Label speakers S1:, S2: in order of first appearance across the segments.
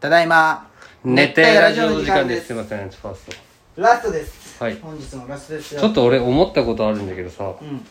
S1: ただいま
S2: 熱帯ラジオの時間です。すいません、ファース
S1: ラストです、
S2: はい
S1: 本日のラストです
S2: ト。
S1: よ
S2: ちょっと俺思ったことあるんだけどさ、
S1: うん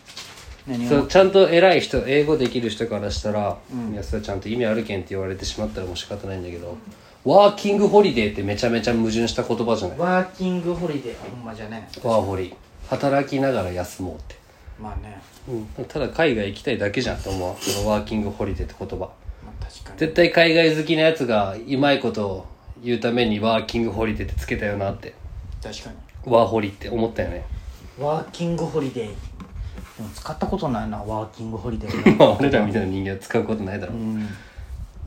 S1: 何
S2: そ
S1: を
S2: うちゃんと偉い人、英語できる人からしたら、いや、それちゃんと意味あるけんって言われてしまったらもう仕方ないんだけど、ワーキングホリデーってめちゃめちゃ矛盾した言葉じゃない
S1: ワーキングホリデーほんまじゃね
S2: ワーホリ。働きながら休もうって。
S1: まあね、
S2: うん、ただ海外行きたいだけじゃんと思う。そのワーキングホリデーって言葉。
S1: まあ、確かに
S2: 絶対海外好きなやつがうまいことを言うためにワーキングホリデーってつけたよなって。
S1: 確かに
S2: ワーホリって思ったよね。
S1: ワーキングホリデーでも使ったことないなワーキングホリデ ー
S2: まあ俺らみたいな人間は使うことないだろう、
S1: うん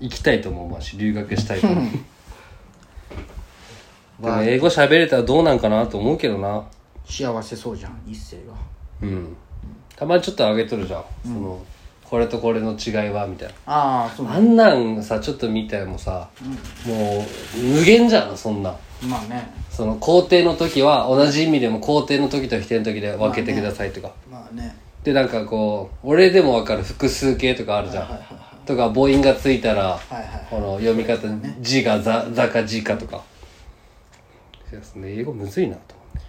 S2: 行きたいとも思うし留学したいと思う で
S1: わ
S2: も英語喋れたらどうなんかなと思うけどな
S1: 幸せそうじゃん一世が
S2: うんたまにちょっと上げとるじゃん、そのこれとこれの違いはみたいな
S1: ああそう
S2: あんなんさちょっと見たらもうさ、もう無限じゃんそんなん
S1: まあね
S2: その肯定の時は同じ意味でも肯定の時と否定の時で分けてくださいとか、
S1: まあね
S2: でなんかこう俺でも分かる複数形とかあるじゃん、とか母音がついたら、
S1: はいはい
S2: この読み方「字」が「ざ」「ざ」か「じ」かとかいやその英語むずいなと思っ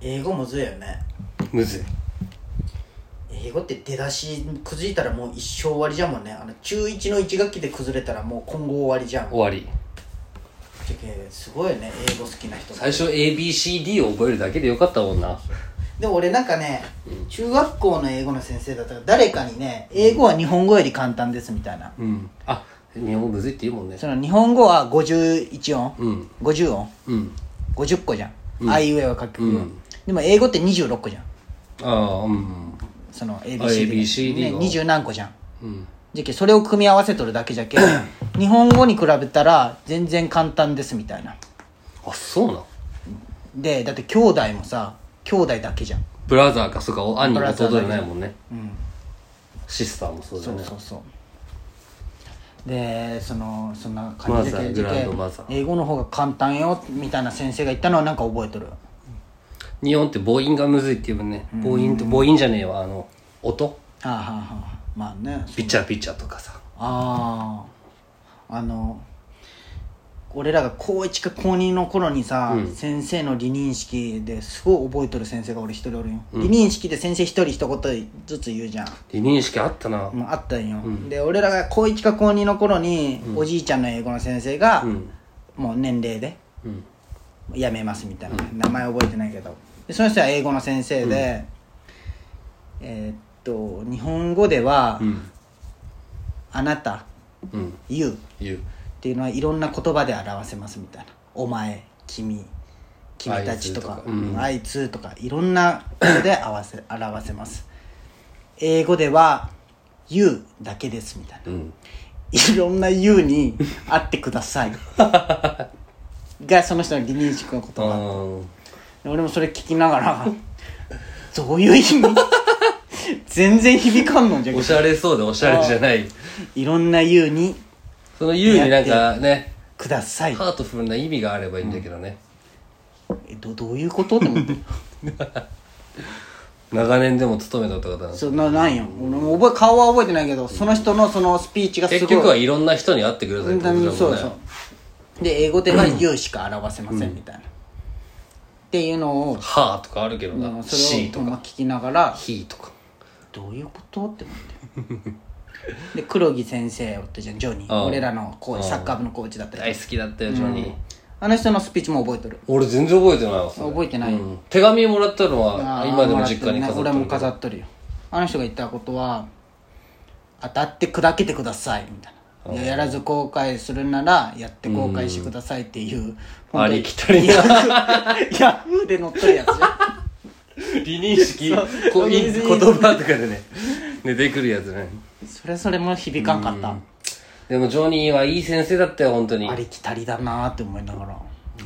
S2: て
S1: 英語むずいよね
S2: むずい
S1: 英語って出だし崩れたらもう一生終わりじゃんもんねあの中1の1学期で崩れたらもう今後終わりじゃん
S2: 終わり
S1: じゃけすごいよね英語好きな人
S2: 最初 ABCD を覚えるだけでよかったもんな
S1: でも俺なんかね中学校の英語の先生だったから誰かにね英語は日本語より簡単ですみたいな
S2: うんあ日本語むずいって言うもんね
S1: その日本語は51音、
S2: うん
S1: 50音
S2: うん
S1: 50個じゃん、あいうえは書くよ、
S2: うん
S1: でも英語って26個じゃん
S2: ああうん
S1: その ABCD,
S2: あ ABCD
S1: ね
S2: が
S1: 20何個じゃん
S2: うん
S1: じゃけそれを組み合わせとるだけじ ゃけ日本語に比べたら全然簡単ですみたいな
S2: あそうなん
S1: でだって兄弟もさ兄弟だけじゃん
S2: ブラザーかそうかお兄
S1: ブラザー
S2: 弟
S1: だけ
S2: じゃないもんね
S1: うん
S2: シスターもそうだ
S1: そ
S2: よ
S1: う
S2: ね
S1: そうそうでそのそんな感じ
S2: マザ
S1: で
S2: ー
S1: じゃ
S2: グラ
S1: け
S2: ンドマザー
S1: 英語の方が簡単よみたいな先生が言ったのはなんか覚えとる
S2: 日本って母音がむずいって言うもんね母音と母音じゃねえわあの音
S1: ああはあはあまあね
S2: ピチャピチャとかさ
S1: あああの俺らが高1か高2の頃にさ、先生の離任式ですごい覚えとる先生が俺一人おるんよ、離任式で先生一人一言ずつ言うじゃん
S2: 離任式あったな
S1: もうあったんよ、で俺らが高1か高2の頃に、おじいちゃんの英語の先生が、
S2: ん
S1: もう年齢で
S2: うん
S1: 辞めますみたいな、名前覚えてないけどでその人は英語の先生で、えーっと日本語では「
S2: ん
S1: あなた」
S2: うん
S1: 「you」っ
S2: 言う
S1: ていうのはいろんな言葉で表せますみたいな「お前」「君」「君たち」とか
S2: あいつとかう
S1: 「
S2: ん
S1: あいつ」とかいろんなことで合わせ 表せます英語では「you」だけですみたいな、
S2: ん
S1: いろんな「you」に会ってくださいがその人の離任式の言葉
S2: うん
S1: 俺もそれ聞きながら どういう意 味全然響かんのじゃけ
S2: おしゃれそうでおしゃれじゃない
S1: いろんな言うに
S2: その「言う」になんかね
S1: ください
S2: ハートフルな意味があればいいんだけどね、
S1: えどどういうことって思 って
S2: 長年でも勤めとった方なんです
S1: そんななんよ俺も覚え顔は覚えてないけどその人のそのスピーチがすごい
S2: 結局はいろんな人に会ってくださいってことだもん
S1: う
S2: ね
S1: んそうそうで英語では「言う」しか表せませんみたいな、っていうのを
S2: はーとかあるけどな、
S1: うんそれ
S2: し
S1: を
S2: ーと
S1: ほんま
S2: か
S1: 聞きながら
S2: ひーとか
S1: どういうことって思 ってで黒木先生おったじゃんジョニー
S2: うん
S1: 俺らのコーチサッカー部のコーチだったり
S2: 大好きだったよジョニー、
S1: あの人のスピーチも覚えとる
S2: 俺全然覚えてないわそれ
S1: 覚えてないよ
S2: うん手紙もらったの
S1: あ
S2: は
S1: ー
S2: 今でも実
S1: もらって
S2: 家に飾
S1: る
S2: っ
S1: ね
S2: て
S1: 俺も飾っとるよあの人が言ったことは「当たって砕けてください」みたいな「いややらず後悔するならやって後悔してください」っていう
S2: ありきたり
S1: ヤ
S2: な
S1: フー ヤフーで載っとるやつじゃん
S2: 離任式こういい言葉とか でね出てくるやつね
S1: それそれも響かんかった
S2: でもジョニーはいい先生だったよ本当に
S1: ありきたりだなーって思いながら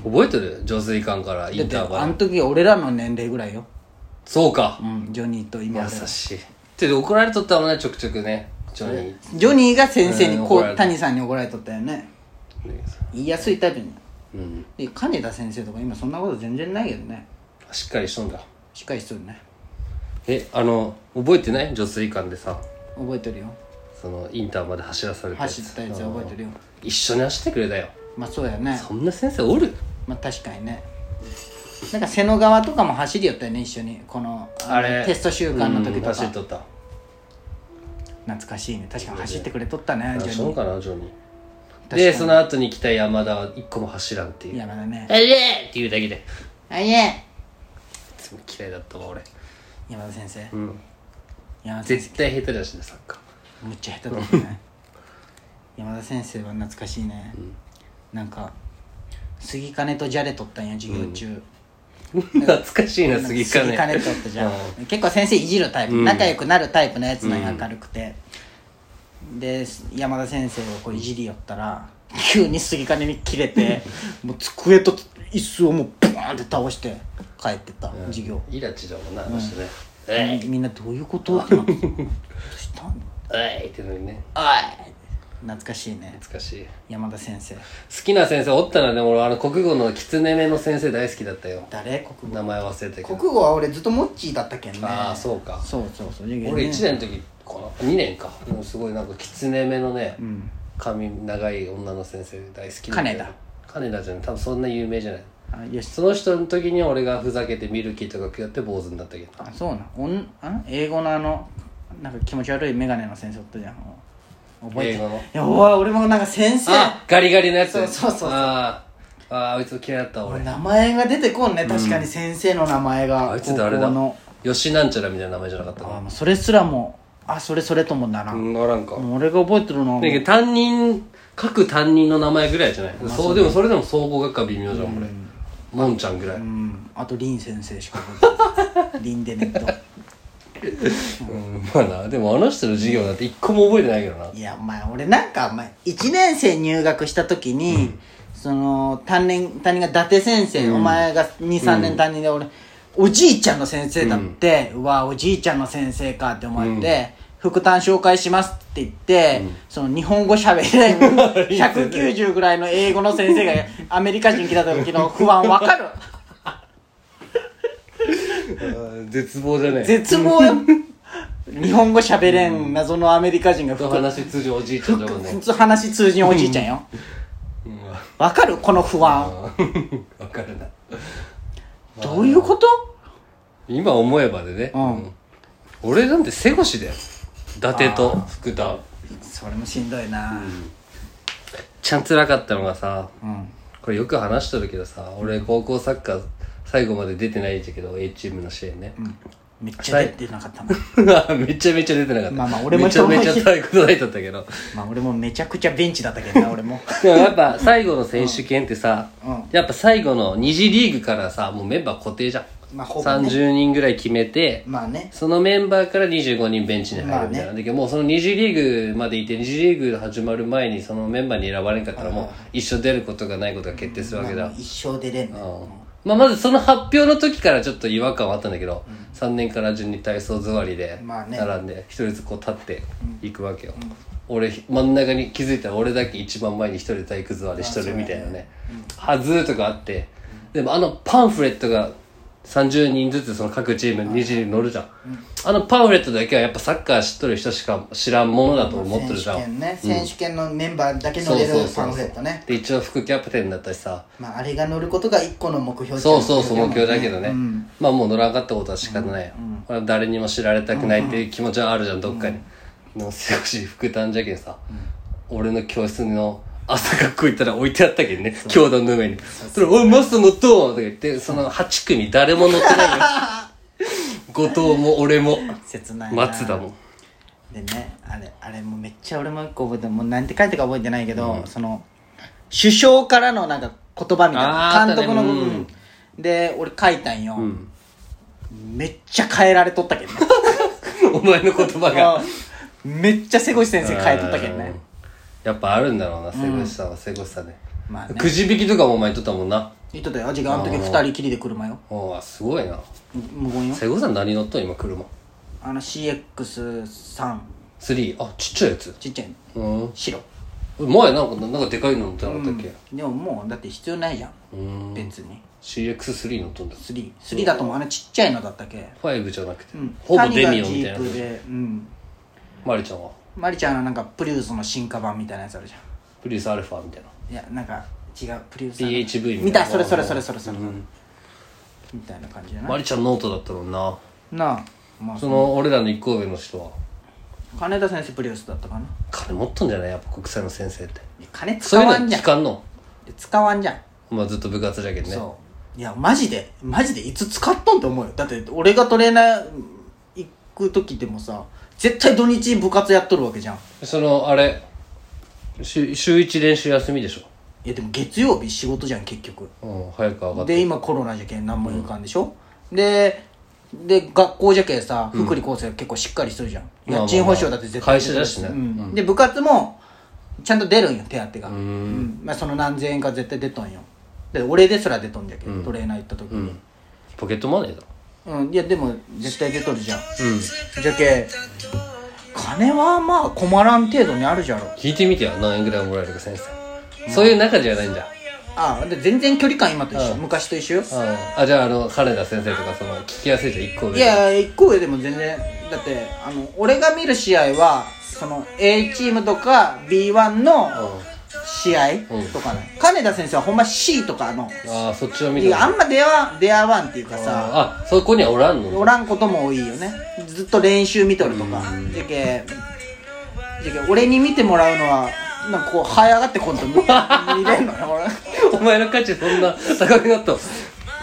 S2: 覚えてる女水館からイ
S1: だっ
S2: ン
S1: て
S2: ターバ
S1: あ
S2: ル
S1: の時俺らの年齢ぐらいよ
S2: そうか
S1: うんジョニーと今俺
S2: 優しいで怒られとったもんねちょくちょくねジョニー
S1: ジョニーが先生
S2: う
S1: に
S2: ん
S1: こ
S2: 怒ら
S1: う
S2: れた
S1: 谷さんに怒られとったよね言いやすいタイプに
S2: うん
S1: で金田先生とか今そんなこと全然ないけどね
S2: しっかりしとんだ
S1: しっかりしとるね
S2: えあの覚えてない女水館でさ
S1: 覚えてるよ
S2: そのインターまで走らされたやつ
S1: 走ったやつ覚えてるよ
S2: 一緒に走ってくれたよ
S1: まあそうやね
S2: そんな先生おる
S1: まあ確かにねなんか瀬野川とかも走りよったよね一緒にこのの
S2: あれ
S1: テスト週間の時
S2: うん
S1: とか
S2: 走っとった
S1: 懐かしいね確かに走ってくれとったね
S2: 何
S1: ジ
S2: し
S1: ョ
S2: よ
S1: ニ
S2: うかなジョニー
S1: ー
S2: で
S1: 確
S2: そ
S1: かに
S2: の後に来た山田は一個も走らんっていう
S1: 山田ね
S2: 「あれ!」って言うだけでい
S1: あいえ
S2: つも嫌いだったわ俺
S1: 山田先生
S2: うん
S1: 山田先
S2: 絶対下手だしねサッ カ
S1: 生むっちゃ下手だったね山田先生は懐かしいね、なんか杉金とじゃれとったんや授業中、
S2: ー懐かしいな
S1: 杉
S2: 杉
S1: 金
S2: 金
S1: とったじゃん
S2: う
S1: 結構先生いじるタイプ、
S2: うん
S1: 仲良くなるタイプのやつなんや
S2: うん
S1: 明るくて、で山田先生をこういじり寄ったら急に杉金に切れてもう机と椅子をもうバーンって倒して帰ってった、
S2: うん
S1: 授業
S2: イラチだもんなあの人ね「えい
S1: みんなどういうことってなってたどうしたん
S2: えい!」ってのにね
S1: おい懐かしいね
S2: 懐かしい
S1: 山田先生
S2: 好きな先生おったなでも俺あの国語のきつねめの先生大好きだったよ
S1: 誰国
S2: 名
S1: 語
S2: 前忘れたけど
S1: 国語は俺ずっとモッチーだったけんね
S2: ああそうか
S1: そうそうそう授業ね
S2: 俺1年の時かな2年かもうすごいなんかきつねめのね、
S1: ん
S2: 髪長い女の先生大好き
S1: 金田
S2: 金田じゃない多分そんな有名じゃない
S1: あよし
S2: その人の時に俺がふざけてミルキーとか食って坊主になったけど
S1: あそうなんおんあ英語のあのなんか気持ち悪い眼鏡の先生おったじゃん覚えて
S2: 英
S1: る
S2: 語の
S1: いやおい俺もなんか先生
S2: あガリガリのやつ
S1: そうそうそうそう
S2: あーあーあいつ嫌いだった俺
S1: 名前が出てこんね確かに先生の名前が、
S2: あいつ誰だ
S1: 高校の
S2: 吉なんちゃらみたいな名前じゃなかった
S1: あ
S2: か
S1: もうそれすらもあそれそれともなら、
S2: なんうんおらんか、
S1: もう俺が覚えてるのは
S2: だけど担任各担任の名前ぐらいじゃない、そうでもそれでも総合学科微妙じゃん俺もんちゃんぐらい、
S1: うんあと林先生しか覚えてない林でネット
S2: うんまあなでもあの人の授業だって一個も覚えてないけどない
S1: やお前俺なんかお前1年生入学した時に、その担任担任が伊達先生、お前が23年担任で俺、おじいちゃんの先生だって、うわおじいちゃんの先生かって思って、副担紹介しますって言って、その日本語喋れ ない190ぐらいの英語の先生がアメリカ人来た時の不安わかる
S2: 絶望じゃねえ
S1: 絶望よ日本語喋れん謎のアメリカ人が副
S2: 話通じおじいちゃんだもん
S1: 普
S2: ね
S1: 通話通じんおじいちゃんよ
S2: うん
S1: わかるこの不安
S2: わかるな
S1: どういうこと
S2: 今思えばでね、
S1: うん
S2: 俺なんて背越だよ伊達と福田
S1: それもしんどいな
S2: ちゃん辛かったのがさ
S1: うん
S2: これよく話しとるけどさ俺高校サッカー最後まで出てないんだけど A チームの試合ね、
S1: めっちゃ出てなかったな
S2: めちゃめちゃ出てなかった、
S1: まあまあ俺も
S2: めちゃめちゃ太鼓叩いとったけど
S1: まあ俺もめちゃくちゃベンチだったけどな俺も
S2: でもやっぱ最後の選手権ってさ、
S1: うん
S2: やっぱ最後の二次リーグからさもうメンバー固定じゃん、
S1: まあほぼね
S2: 30人ぐらい決めて、
S1: まあね
S2: そのメンバーから25人ベンチに入るみたい
S1: ま
S2: な、だけどもうその二次リーグまでいて二次リーグ始まる前にそのメンバーに選ばれんかったらもう一生出ることがないことが決定するわけだ、
S1: まあ一生出れんね
S2: うんまあ、まずその発表の時からちょっと違和感はあったんだけど、3年から順に体操座りで
S1: まあね
S2: 並んで一人ずつこう立っていくわけよ、俺真ん中に気づいたら俺だけ一番前に一人で体育座りしとるみたいなねはずーとかあって、でもあのパンフレットが30人ずつその各チーム2時に乗るじゃん、あのパンフレットだけはやっぱサッカー知っとる人しか知らんものだと思っ
S1: 選
S2: とる
S1: 手
S2: じゃん、
S1: 権ね選手権のメンバーだけ乗
S2: そう
S1: れる
S2: そうそ
S1: パ
S2: う
S1: ンフ
S2: そ
S1: レ
S2: う
S1: ットね
S2: で一応副キャプテンだったしさ
S1: まああれが乗ることが一個の目標っちゃ
S2: そうそうそう目標だけどね、
S1: うん
S2: まあもう乗らんかったことは仕方ないよ、これは誰にも知られたくないっていう気持ちはあるじゃんどっかに、でも少し副担じゃけんさ、俺の教室の朝学校行ったら置いてあったけんね教団の上にそれ「おいマスター乗っとう!」とか言ってその8組誰も乗って ないよ後藤も俺も
S1: 切ないな
S2: 松田も
S1: でねあれあれもうめっちゃ俺も一個覚えてるもうなんて書いてか覚えてないけど、その首相からのなんか言葉みたい
S2: あー
S1: な監督の
S2: あった
S1: 部
S2: ね
S1: 分、で俺書いたんよ、めっちゃ変えられとった けどね
S2: お前の言葉が
S1: めっちゃ瀬越先生変えとったけどね
S2: うんやっぱあるんだろうな瀬越さんは瀬越さんね
S1: まあね
S2: くじ引きとかもお前とったもんな
S1: 言っとったよあ違うあの時二人きりで車よ
S2: おーすごいな
S1: 無言よ
S2: 瀬古さん何乗っとん今車
S1: あの CX3
S2: 3あちっちゃいやつ
S1: ちっちゃいの
S2: うん
S1: 白
S2: 前なんかなんかでかいの乗ってなかったっけ
S1: でももうだって必要ないじゃん
S2: うん
S1: 別に
S2: CX3 乗っとんだ
S1: 33だともうあのちっちゃいのだったけ
S2: 5じゃなくて
S1: うん
S2: ほぼデミオンみた
S1: 谷
S2: いな
S1: がジープでうん
S2: マリちゃんは
S1: マリちゃんのなんかプリウスの進化版みたいなやつあるじゃ
S2: プリウスアルファみたいなん
S1: いやなんか違うプリウス
S2: PHV
S1: みたいなそれそれそれそれそれ、
S2: うん
S1: みたいな感じじゃな
S2: マ
S1: い
S2: リちゃんノートだったもんな
S1: なあまあ
S2: その俺らの一個上の人は
S1: 金田先生プリウスだったかな
S2: 金持っとんじゃないやっぱ国際の先生って
S1: 金使
S2: そういうの
S1: わんじゃん
S2: 聞かんの
S1: 使わんじゃん、
S2: まあずっと部活じゃけんね
S1: そういやマジでマジでいつ使っとんと思うよだって俺がトレーナー行く時でもさ絶対土日部活やっとるわけじゃんい
S2: そのあれ週週1練習休みでし
S1: やでも月曜日仕事じゃん結局
S2: ょ、うん、早く上がって
S1: で今コロナじゃけん何もいかんでしょ、でで学校じゃけんさ福利厚生結構しっかりしとるじゃん、
S2: まあまあまあ
S1: 家賃保証だって絶対
S2: 会社だしね
S1: うん
S2: うん
S1: で部活もちゃんと出るんよ手当が、
S2: うー
S1: うんんまあ、その何千円か絶対出とんよで俺ですら出とんじゃけ、ん、トレーナー行った時
S2: う
S1: に
S2: んポケットマネーだ
S1: うん、いやでも絶対出とるじゃん
S2: うん
S1: じゃけ金はまあ困らん程度にあるじゃろ
S2: 聞いてみてよ何円ぐらいもらえるか先生そういう仲じゃないんだ
S1: ああで全然距離感今と一緒、
S2: うん
S1: 昔と一緒よ、
S2: あじゃああの金田先生とかその聞きやすいじゃん1個上
S1: いや一個上でも全然だってあの俺が見る試合はその A チームとか B1 の試合とかね、金田先生はほんま C とかの
S2: ああそっちを見
S1: い
S2: て
S1: やあんま出会わ出会わんっていうかさ
S2: あそこにはおらんの
S1: おらんことも多いよねずっと練習見とるとかじゃけじゃけ俺に見てもらうのはなんかこう這い上がってこんと見 見れんのよ
S2: お前の価値そんな高くなった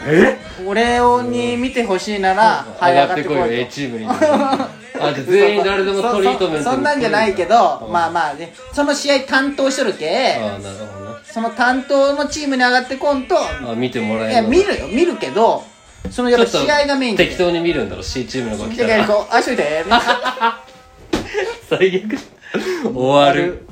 S1: 俺俺をに見てほしいなら這い上
S2: 上
S1: が
S2: が
S1: っ
S2: ってて
S1: こ
S2: こ
S1: い
S2: い
S1: と
S2: よ A チ ームにあじゃあ全員誰でもトリートメントに来る
S1: そそそんなんじゃないけどまあまあねその試合担当しとるけ
S2: ああなるほどね
S1: その担当のチームに上がってこんと
S2: あ見てもら
S1: い
S2: え
S1: や
S2: るの
S1: 見るよ見るけどそのやっぱ試合がメインで
S2: 適当に見るんだろ C チームの子来た
S1: だから
S2: ら
S1: こう足見て
S2: 最悪終わる